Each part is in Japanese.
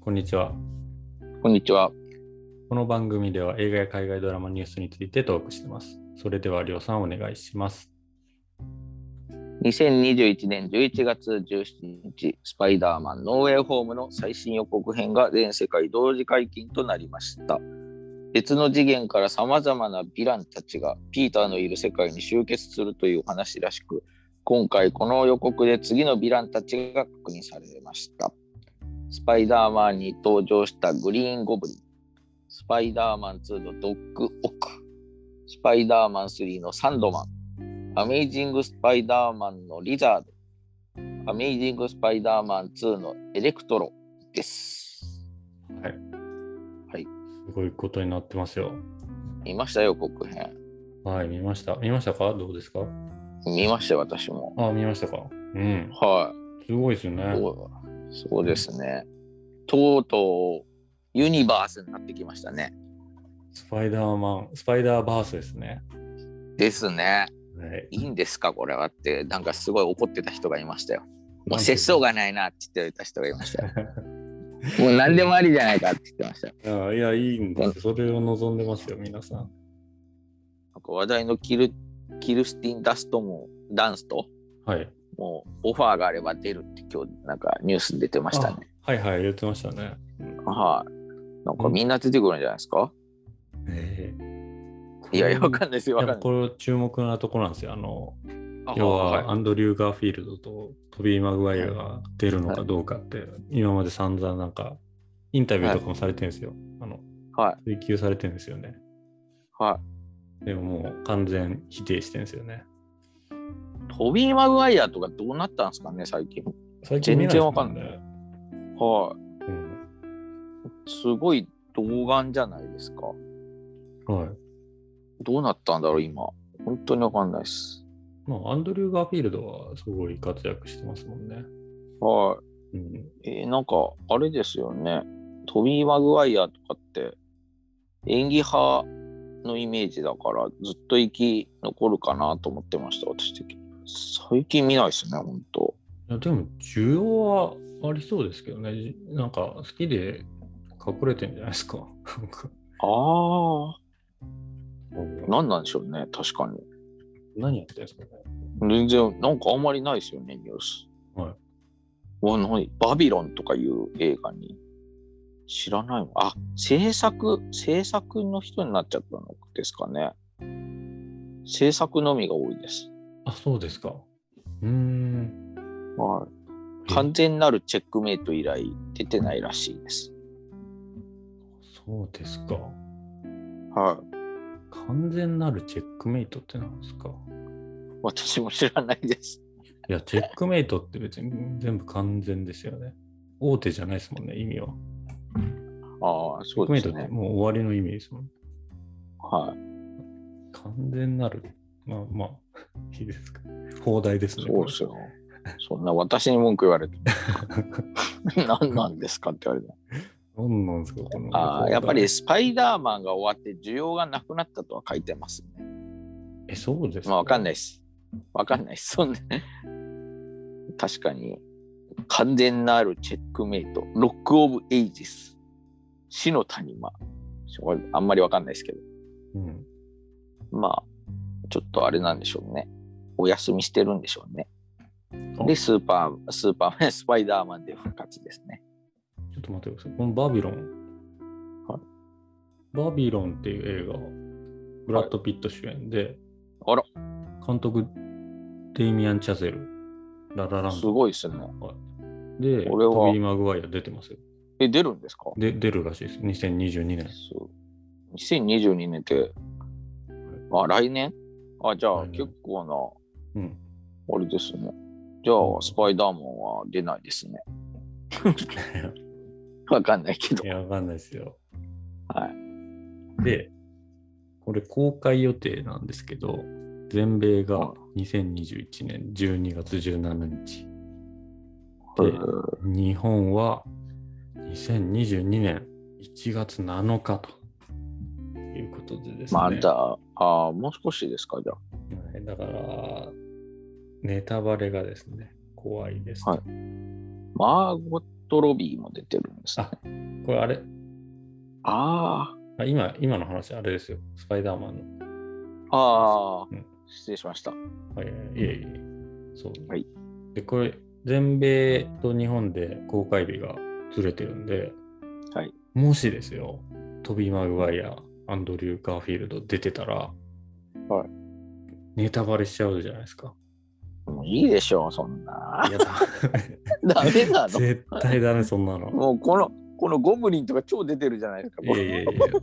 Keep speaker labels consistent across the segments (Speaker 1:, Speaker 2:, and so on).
Speaker 1: こんにちは。
Speaker 2: こんにちは。
Speaker 1: この番組では映画や海外ドラマニュースについてトークしてます。それでは、りょうさんお願いします。
Speaker 2: 2021年11月17日、スパイダーマンノーウェイホームの最新予告編が全世界同時解禁となりました。別の次元からさまざまなヴィランたちがピーターのいる世界に集結するというお話らしく、今回この予告で次のヴィランたちが確認されました。スパイダーマンに登場したグリーンゴブリン、スパイダーマン2のドッグ・オク、スパイダーマン3のサンドマン、アメイジング・スパイダーマンのリザード、アメイジング・スパイダーマン2のエレクトロです。
Speaker 1: すごいことになってますよ。
Speaker 2: 見ましたよ、国編。
Speaker 1: はい、見ました。見ましたかどうですか
Speaker 2: 見ましたよ、私も。
Speaker 1: あ、見ましたか。うん。
Speaker 2: は
Speaker 1: すごいですよね
Speaker 2: い。。そうそうですね。とうとう、ユニバースになってきましたね。
Speaker 1: スパイダーマン、スパイダーバースですね。
Speaker 2: ですね。
Speaker 1: はい。
Speaker 2: いいんですか、これはって、なんかすごい怒ってた人がいましたよ。もう節操がないなって言ってた人がいました よ。もう何でもありじゃないかって言ってましたよ。
Speaker 1: あいや、いいんですよ。それを望んでますよ、皆さん。
Speaker 2: なんか話題のキルキルスティン・ダストもダンスと
Speaker 1: はい。
Speaker 2: もうオファーがあれば出るって今日なんかニュースに出てましたね。
Speaker 1: あはいはい、言ってましたね。
Speaker 2: はい、なんかみんな出てくるんじゃないですか、
Speaker 1: ええ
Speaker 2: いやいや、わかんないですよ、わ
Speaker 1: や
Speaker 2: かんない
Speaker 1: これ注目なところなんですよ。あの、
Speaker 2: あ
Speaker 1: 要
Speaker 2: はい
Speaker 1: は
Speaker 2: は
Speaker 1: アンドリュー・ガーフィールドとトビー・マグワイアが出るのか
Speaker 2: はい
Speaker 1: どうかって、今まで散々なんかインタビューとかもされてるんですよ。あの
Speaker 2: い。はい。
Speaker 1: 追求されてるんですよね。
Speaker 2: は
Speaker 1: でももう完全否定してるんですよね。
Speaker 2: い。トビー・マグワイアとかどうなったんですかね、最近。
Speaker 1: 最
Speaker 2: 全然
Speaker 1: 見ですも
Speaker 2: わかんない
Speaker 1: ね。
Speaker 2: は
Speaker 1: うん
Speaker 2: い。すごい童顔じゃないですか。
Speaker 1: はい。
Speaker 2: どうなったんだろう、今。本当にわかんないです。
Speaker 1: まあ、アンドリュー・ガーフィールドはすごい活躍してますもんね。
Speaker 2: は
Speaker 1: うん。
Speaker 2: い。えーなんか、あれですよね。トビー・マグワイアとかって演技派のイメージだからずっと生き残るかなと思ってました、私的に。最近見ないですね、本当
Speaker 1: いやでも需要はありそうですけどね。じなんか好きで隠れてんじゃないですか。なんか
Speaker 2: ああ、何なんでしょうね、確かに。
Speaker 1: 何やってるんですかね。
Speaker 2: 全然、なんかあんまりないですよね、ニュース。。
Speaker 1: はい
Speaker 2: わ、何バビロンとかいう映画に。知らないもん。あ、制作、制作の人になっちゃったのですかね。制作のみが多いです。
Speaker 1: あ、そうですか。うーん。
Speaker 2: はい。完全なるチェックメイト以来出てないらしいです。
Speaker 1: そうですか。
Speaker 2: はい。
Speaker 1: 完全なるチェックメイトってなんですか。
Speaker 2: 私も知らないです。
Speaker 1: いや、チェックメイトって別に全部完全ですよね。大手じゃないですもんね、意味は。
Speaker 2: ああ、
Speaker 1: チェ
Speaker 2: そ
Speaker 1: ック
Speaker 2: う
Speaker 1: メ
Speaker 2: で
Speaker 1: イト
Speaker 2: す
Speaker 1: って
Speaker 2: ね。
Speaker 1: もう終わりの意味ですもん。
Speaker 2: はい。
Speaker 1: 完全なる。まあまあ、 いいですか。放題ですね。
Speaker 2: そうですよ。そんな私に文句言われても 何なんですかって言われて。
Speaker 1: 何なんですか、この。
Speaker 2: あ
Speaker 1: 放
Speaker 2: あ、
Speaker 1: 題
Speaker 2: やっぱり。スパイダーマンが終わって需要がなくなったとは書いてますね。
Speaker 1: え、そうです
Speaker 2: まあわか
Speaker 1: ない。
Speaker 2: んないです。わかんないです。そんな確かに、完全なるチェックメイト、ロック・オブ・エイジス、死の谷間。これあんまりわかんないですけど。
Speaker 1: うん。
Speaker 2: まあ、ちょっとあれなんでしょうね。お休みしてるんでしょうね。で、スーパー、スーパーマン、 スパイダーマンで復活ですね。
Speaker 1: ちょっと待ってください。このバビロン。
Speaker 2: はい
Speaker 1: バビロンっていう映画、ブラッド・ピット主演で、
Speaker 2: あら、
Speaker 1: 監督、デイミアン・チャゼル、ラララン
Speaker 2: す
Speaker 1: ド。
Speaker 2: ごいですね。
Speaker 1: で、
Speaker 2: これは
Speaker 1: トビー・マグワイア出てますよ。
Speaker 2: え、出るんですか
Speaker 1: で、出るらしいです。2022年。
Speaker 2: そう。2022年って、あ、来年あ、じゃあ
Speaker 1: 来年
Speaker 2: 結構
Speaker 1: う
Speaker 2: な、
Speaker 1: ん。
Speaker 2: あれですね。じゃあ、スパイダーマンは出ないですね。 わかんないけど
Speaker 1: い。や、わかんないですよ。。
Speaker 2: はい
Speaker 1: で、これ公開予定なんですけど、全米が2021年12月17日。で、
Speaker 2: う
Speaker 1: 日本は2022年1月7日ということでですね。
Speaker 2: んまだ、あもう少しですか、じゃあ。
Speaker 1: はいだから、ネタバレがですね、怖いですと。
Speaker 2: はいマーゴットロビーも出てるんですね
Speaker 1: あ。これあれ
Speaker 2: あ
Speaker 1: あ今、今の話、あれですよ。スパイダーマンの。
Speaker 2: あ、ああ、
Speaker 1: うん
Speaker 2: 失礼しました。
Speaker 1: はい、いえいえ。そう。
Speaker 2: はい
Speaker 1: で、これ、全米と日本で公開日がずれてるんで、
Speaker 2: はい
Speaker 1: もしですよ、トビー・マグワイア、アンドリュー・ガーフィールド出てたら、
Speaker 2: はい
Speaker 1: ネタバレしちゃうじゃないですか。
Speaker 2: もういいでしょう、そんな。
Speaker 1: いや、だ
Speaker 2: ダ メなの。
Speaker 1: 絶対ダメ、そんなの。
Speaker 2: もうこの、このゴブリンとか超出てるじゃないですか。
Speaker 1: いやいやいや、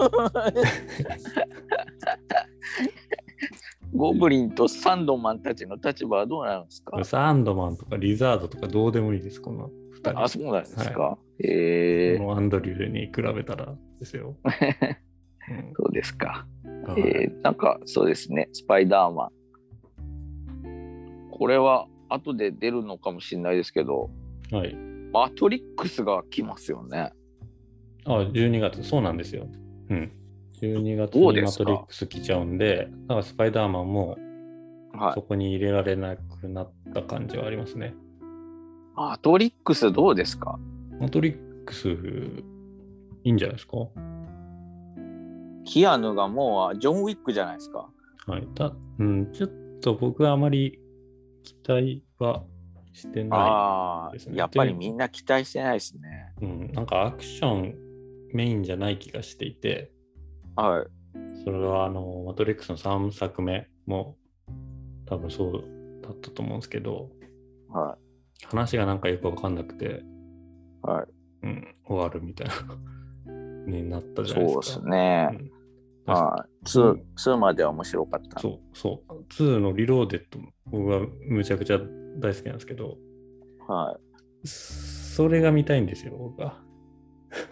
Speaker 2: ゴブリンとサンドマンたちの立場はどうなんですか
Speaker 1: サンドマンとかリザードとかどうでもいいです、この2人。
Speaker 2: あ、そうなんですか。
Speaker 1: こ
Speaker 2: えー、
Speaker 1: のアンドリューに比べたらです よ。うん
Speaker 2: そうですか。
Speaker 1: はい
Speaker 2: えー、なんかそうですね、スパイダーマン。これは後で出るのかもしれないですけど、
Speaker 1: はい。
Speaker 2: マトリックスが来ますよね。
Speaker 1: あ、12月、そうなんですよ。うん。12月
Speaker 2: どう
Speaker 1: に
Speaker 2: で
Speaker 1: マ
Speaker 2: す
Speaker 1: ト
Speaker 2: か
Speaker 1: リックス来ちゃうんで、だからスパイダーマンも
Speaker 2: はい
Speaker 1: そ。こに入れられなくなった感じはありますね。
Speaker 2: マトリックスどうですか
Speaker 1: マトリックス、いいんじゃないですか
Speaker 2: キアヌがもうジョン・ウィックじゃないですか。
Speaker 1: はい。た、うん、ちょっと僕はあまり期待はしてな
Speaker 2: あ
Speaker 1: です
Speaker 2: あ、
Speaker 1: ね
Speaker 2: やっぱりみんな期待してないですね。
Speaker 1: い。うん、なんかアクションメインじゃない気がしていて、
Speaker 2: はい。
Speaker 1: それはあの、マトリックスの3作目も多分そうだったと思うんですけど、
Speaker 2: は
Speaker 1: 話がなんかよくわかんなくて、
Speaker 2: い。はい。
Speaker 1: うん、終わるみたいな になったじゃ
Speaker 2: そ
Speaker 1: ないうですか。
Speaker 2: ですね。
Speaker 1: うん
Speaker 2: はい。2、2までは面白かった。
Speaker 1: そう、そう。2のリローデッドも僕はむちゃくちゃ大好きなんですけど、
Speaker 2: は
Speaker 1: それが見たいんですよ、僕は。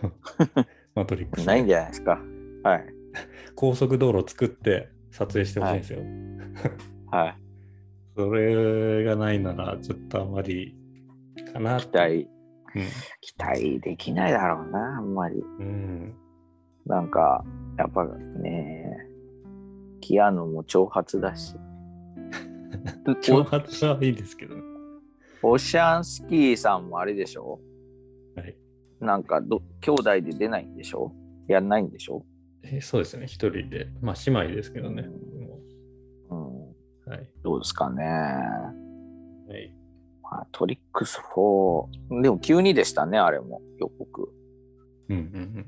Speaker 1: マトリック
Speaker 2: い。
Speaker 1: ス。
Speaker 2: ないんじゃないですか。はい。
Speaker 1: 高速道路を作って撮影してほしいんですよ。
Speaker 2: はい。
Speaker 1: それがないなら、ちょっとあまりかな
Speaker 2: 期待、
Speaker 1: うん
Speaker 2: 期待できないだろうな、あんまり。
Speaker 1: うん。
Speaker 2: なんか、やっぱね、キアヌも長髪だし。
Speaker 1: 挑発はいいですけどね。
Speaker 2: オシャンスキーさんもあれでしょ
Speaker 1: はい
Speaker 2: なんかど、兄弟で出ないんでしょやんないんでしょ
Speaker 1: えそうですね、一人で。まあ、姉妹ですけどね。も
Speaker 2: うん。
Speaker 1: うはい。
Speaker 2: どうですかね。
Speaker 1: はい、
Speaker 2: まあ、トリックス4。でも急にでしたね、あれも。予告。
Speaker 1: うんうんうんうん。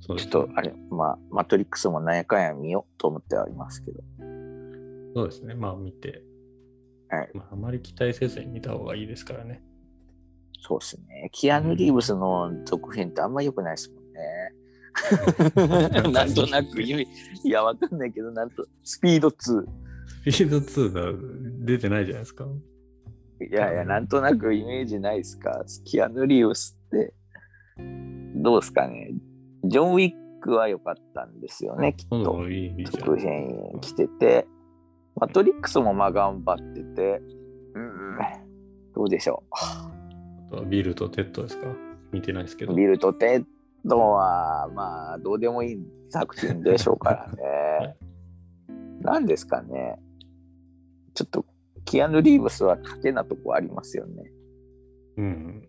Speaker 1: そうで
Speaker 2: ちょ
Speaker 1: す
Speaker 2: っ
Speaker 1: ね
Speaker 2: と、あれ、まあ、マトリックスもなんやかんや見ようと思ってはいますけど。
Speaker 1: そうですね、まあ見て。
Speaker 2: はい
Speaker 1: まあ、あまり期待せずに見た方がいいですからね。
Speaker 2: そうですね。キアヌ・リーブスの続編ってあんま良くないですもんね。 なんとなく意味、いや、わかんないけど、なんと、スピード2。
Speaker 1: フィード2が出てないじゃないですか。
Speaker 2: いやいや、なんとなくイメージないですか。キアヌ・リーブスって、どうですかね。ジョン・ウィックは良かったんですよね、きっ
Speaker 1: 今度
Speaker 2: と。
Speaker 1: もいいじゃ
Speaker 2: 続
Speaker 1: ん。
Speaker 2: 編来てて、マトリックスもまあ頑張ってて、うん、どうでしょ
Speaker 1: あとはビルとテッドですか見てないですけ
Speaker 2: う。
Speaker 1: ど。
Speaker 2: ビルとテッドは、まあ、どうでもいい作品でしょうから ね。何ですかね。ちょっと、キアヌ・リーブスは賭けなとこありますよね。
Speaker 1: うん。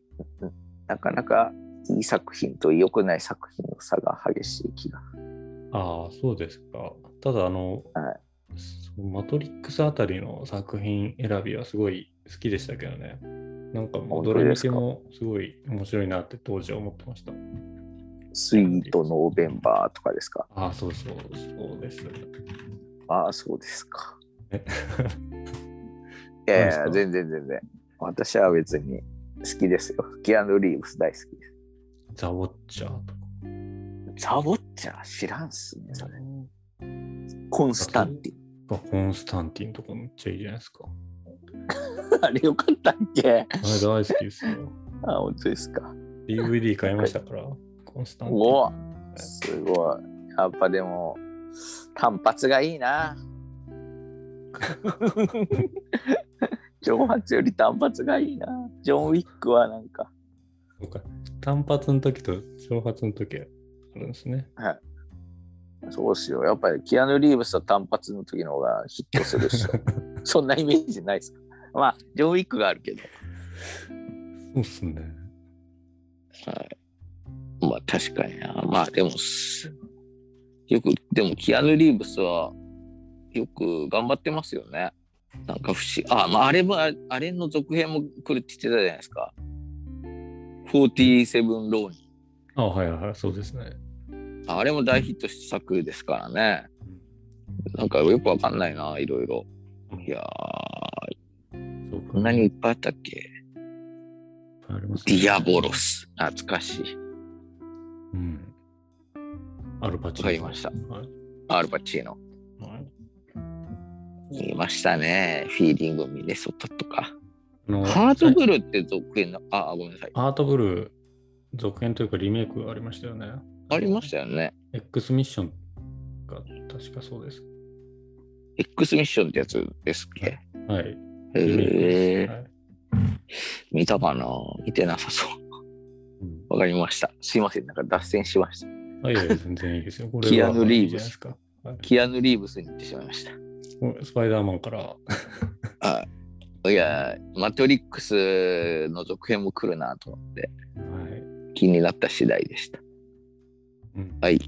Speaker 2: なかなかいい作品と良くない作品の差が激しい気が。
Speaker 1: ああ、そうですか。ただ、あの、
Speaker 2: は
Speaker 1: そうマトリックスあたりの作品選びはすごい好きでしたけどね。なんかもうどれ見てもすごい面白いなって当時は思ってました。
Speaker 2: スイート・ノーベンバーとかですか。
Speaker 1: ああ、そうそう、そうです。
Speaker 2: ああ、そうですか。
Speaker 1: え
Speaker 2: いやい
Speaker 1: そうです
Speaker 2: や、
Speaker 1: か
Speaker 2: 全然全然。私は別に好きですよ。キアヌ・リーブス大好きで
Speaker 1: ザ・ウォッチャーとか。
Speaker 2: す。ザ・ウォッチャー知らんっすね、それ。コンスタンティン。
Speaker 1: あコンスタンティンとかめっちゃいいじゃないですか。
Speaker 2: あれよかったっけ
Speaker 1: あれ大好きですよ。
Speaker 2: あ、本当ですか。
Speaker 1: DVD 買いましたから、コンスタンティン。
Speaker 2: おお、すごい。やっぱでも、単発がいいな。蒸発より単発がいいな。ジョン・ウィックはなんか、
Speaker 1: そうか単発の時と長髪の時あるんですね。
Speaker 2: そうっすよ。やっぱりキアヌ・リーブスは単発の時の方がヒットする っしょ。そんなイメージないですかまあ、ジョン・ウィックがあるけど。
Speaker 1: そうっすね。
Speaker 2: はい。まあ確かにな。まあでもす、よく、でもキアヌ・リーブスはよく頑張ってますよね。なんか不思議。あ、まああれも、あれあれの続編も来るって言ってたじゃないですか。47ローニ
Speaker 1: あはいはいはい、そうですね。
Speaker 2: あれも大ヒット作ですからね。なんかよくわかんないな、いろいろ。いやー、
Speaker 1: そうか
Speaker 2: こんなにいっぱいあったっけ
Speaker 1: あります
Speaker 2: デ
Speaker 1: ね
Speaker 2: ィアボロス。懐かしい。
Speaker 1: うん。アルパチーノ
Speaker 2: わかりました
Speaker 1: はい。
Speaker 2: アルパチーノ。
Speaker 1: はい
Speaker 2: 見ましたね。フィーリングミネソタとか。
Speaker 1: あの
Speaker 2: ハート
Speaker 1: ル
Speaker 2: ブルーって続編の、あ、ごめんなさい。
Speaker 1: ハートブルー続編というかリメイクがありましたよね。
Speaker 2: ありましたよね。
Speaker 1: X ミッションが確かそうです。
Speaker 2: X ミッションってやつですっけ。
Speaker 1: はい。
Speaker 2: え
Speaker 1: リメイクです
Speaker 2: ー、
Speaker 1: はい
Speaker 2: 見たかな見てなさそう。
Speaker 1: う ん
Speaker 2: わかりました。すいません。なんか脱線しました。
Speaker 1: あいやいや、全然いいですよ。これは
Speaker 2: キアヌリーブス
Speaker 1: いいじゃないですか。はい
Speaker 2: キアヌ・リーブスに行ってしまいました。
Speaker 1: スパイダーマンから。
Speaker 2: いやー、マトリックスの続編も来るなと思って
Speaker 1: はい。
Speaker 2: 気になった次第でした。
Speaker 1: うん
Speaker 2: はい。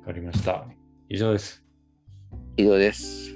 Speaker 1: わかりました。以上です。
Speaker 2: 以上です。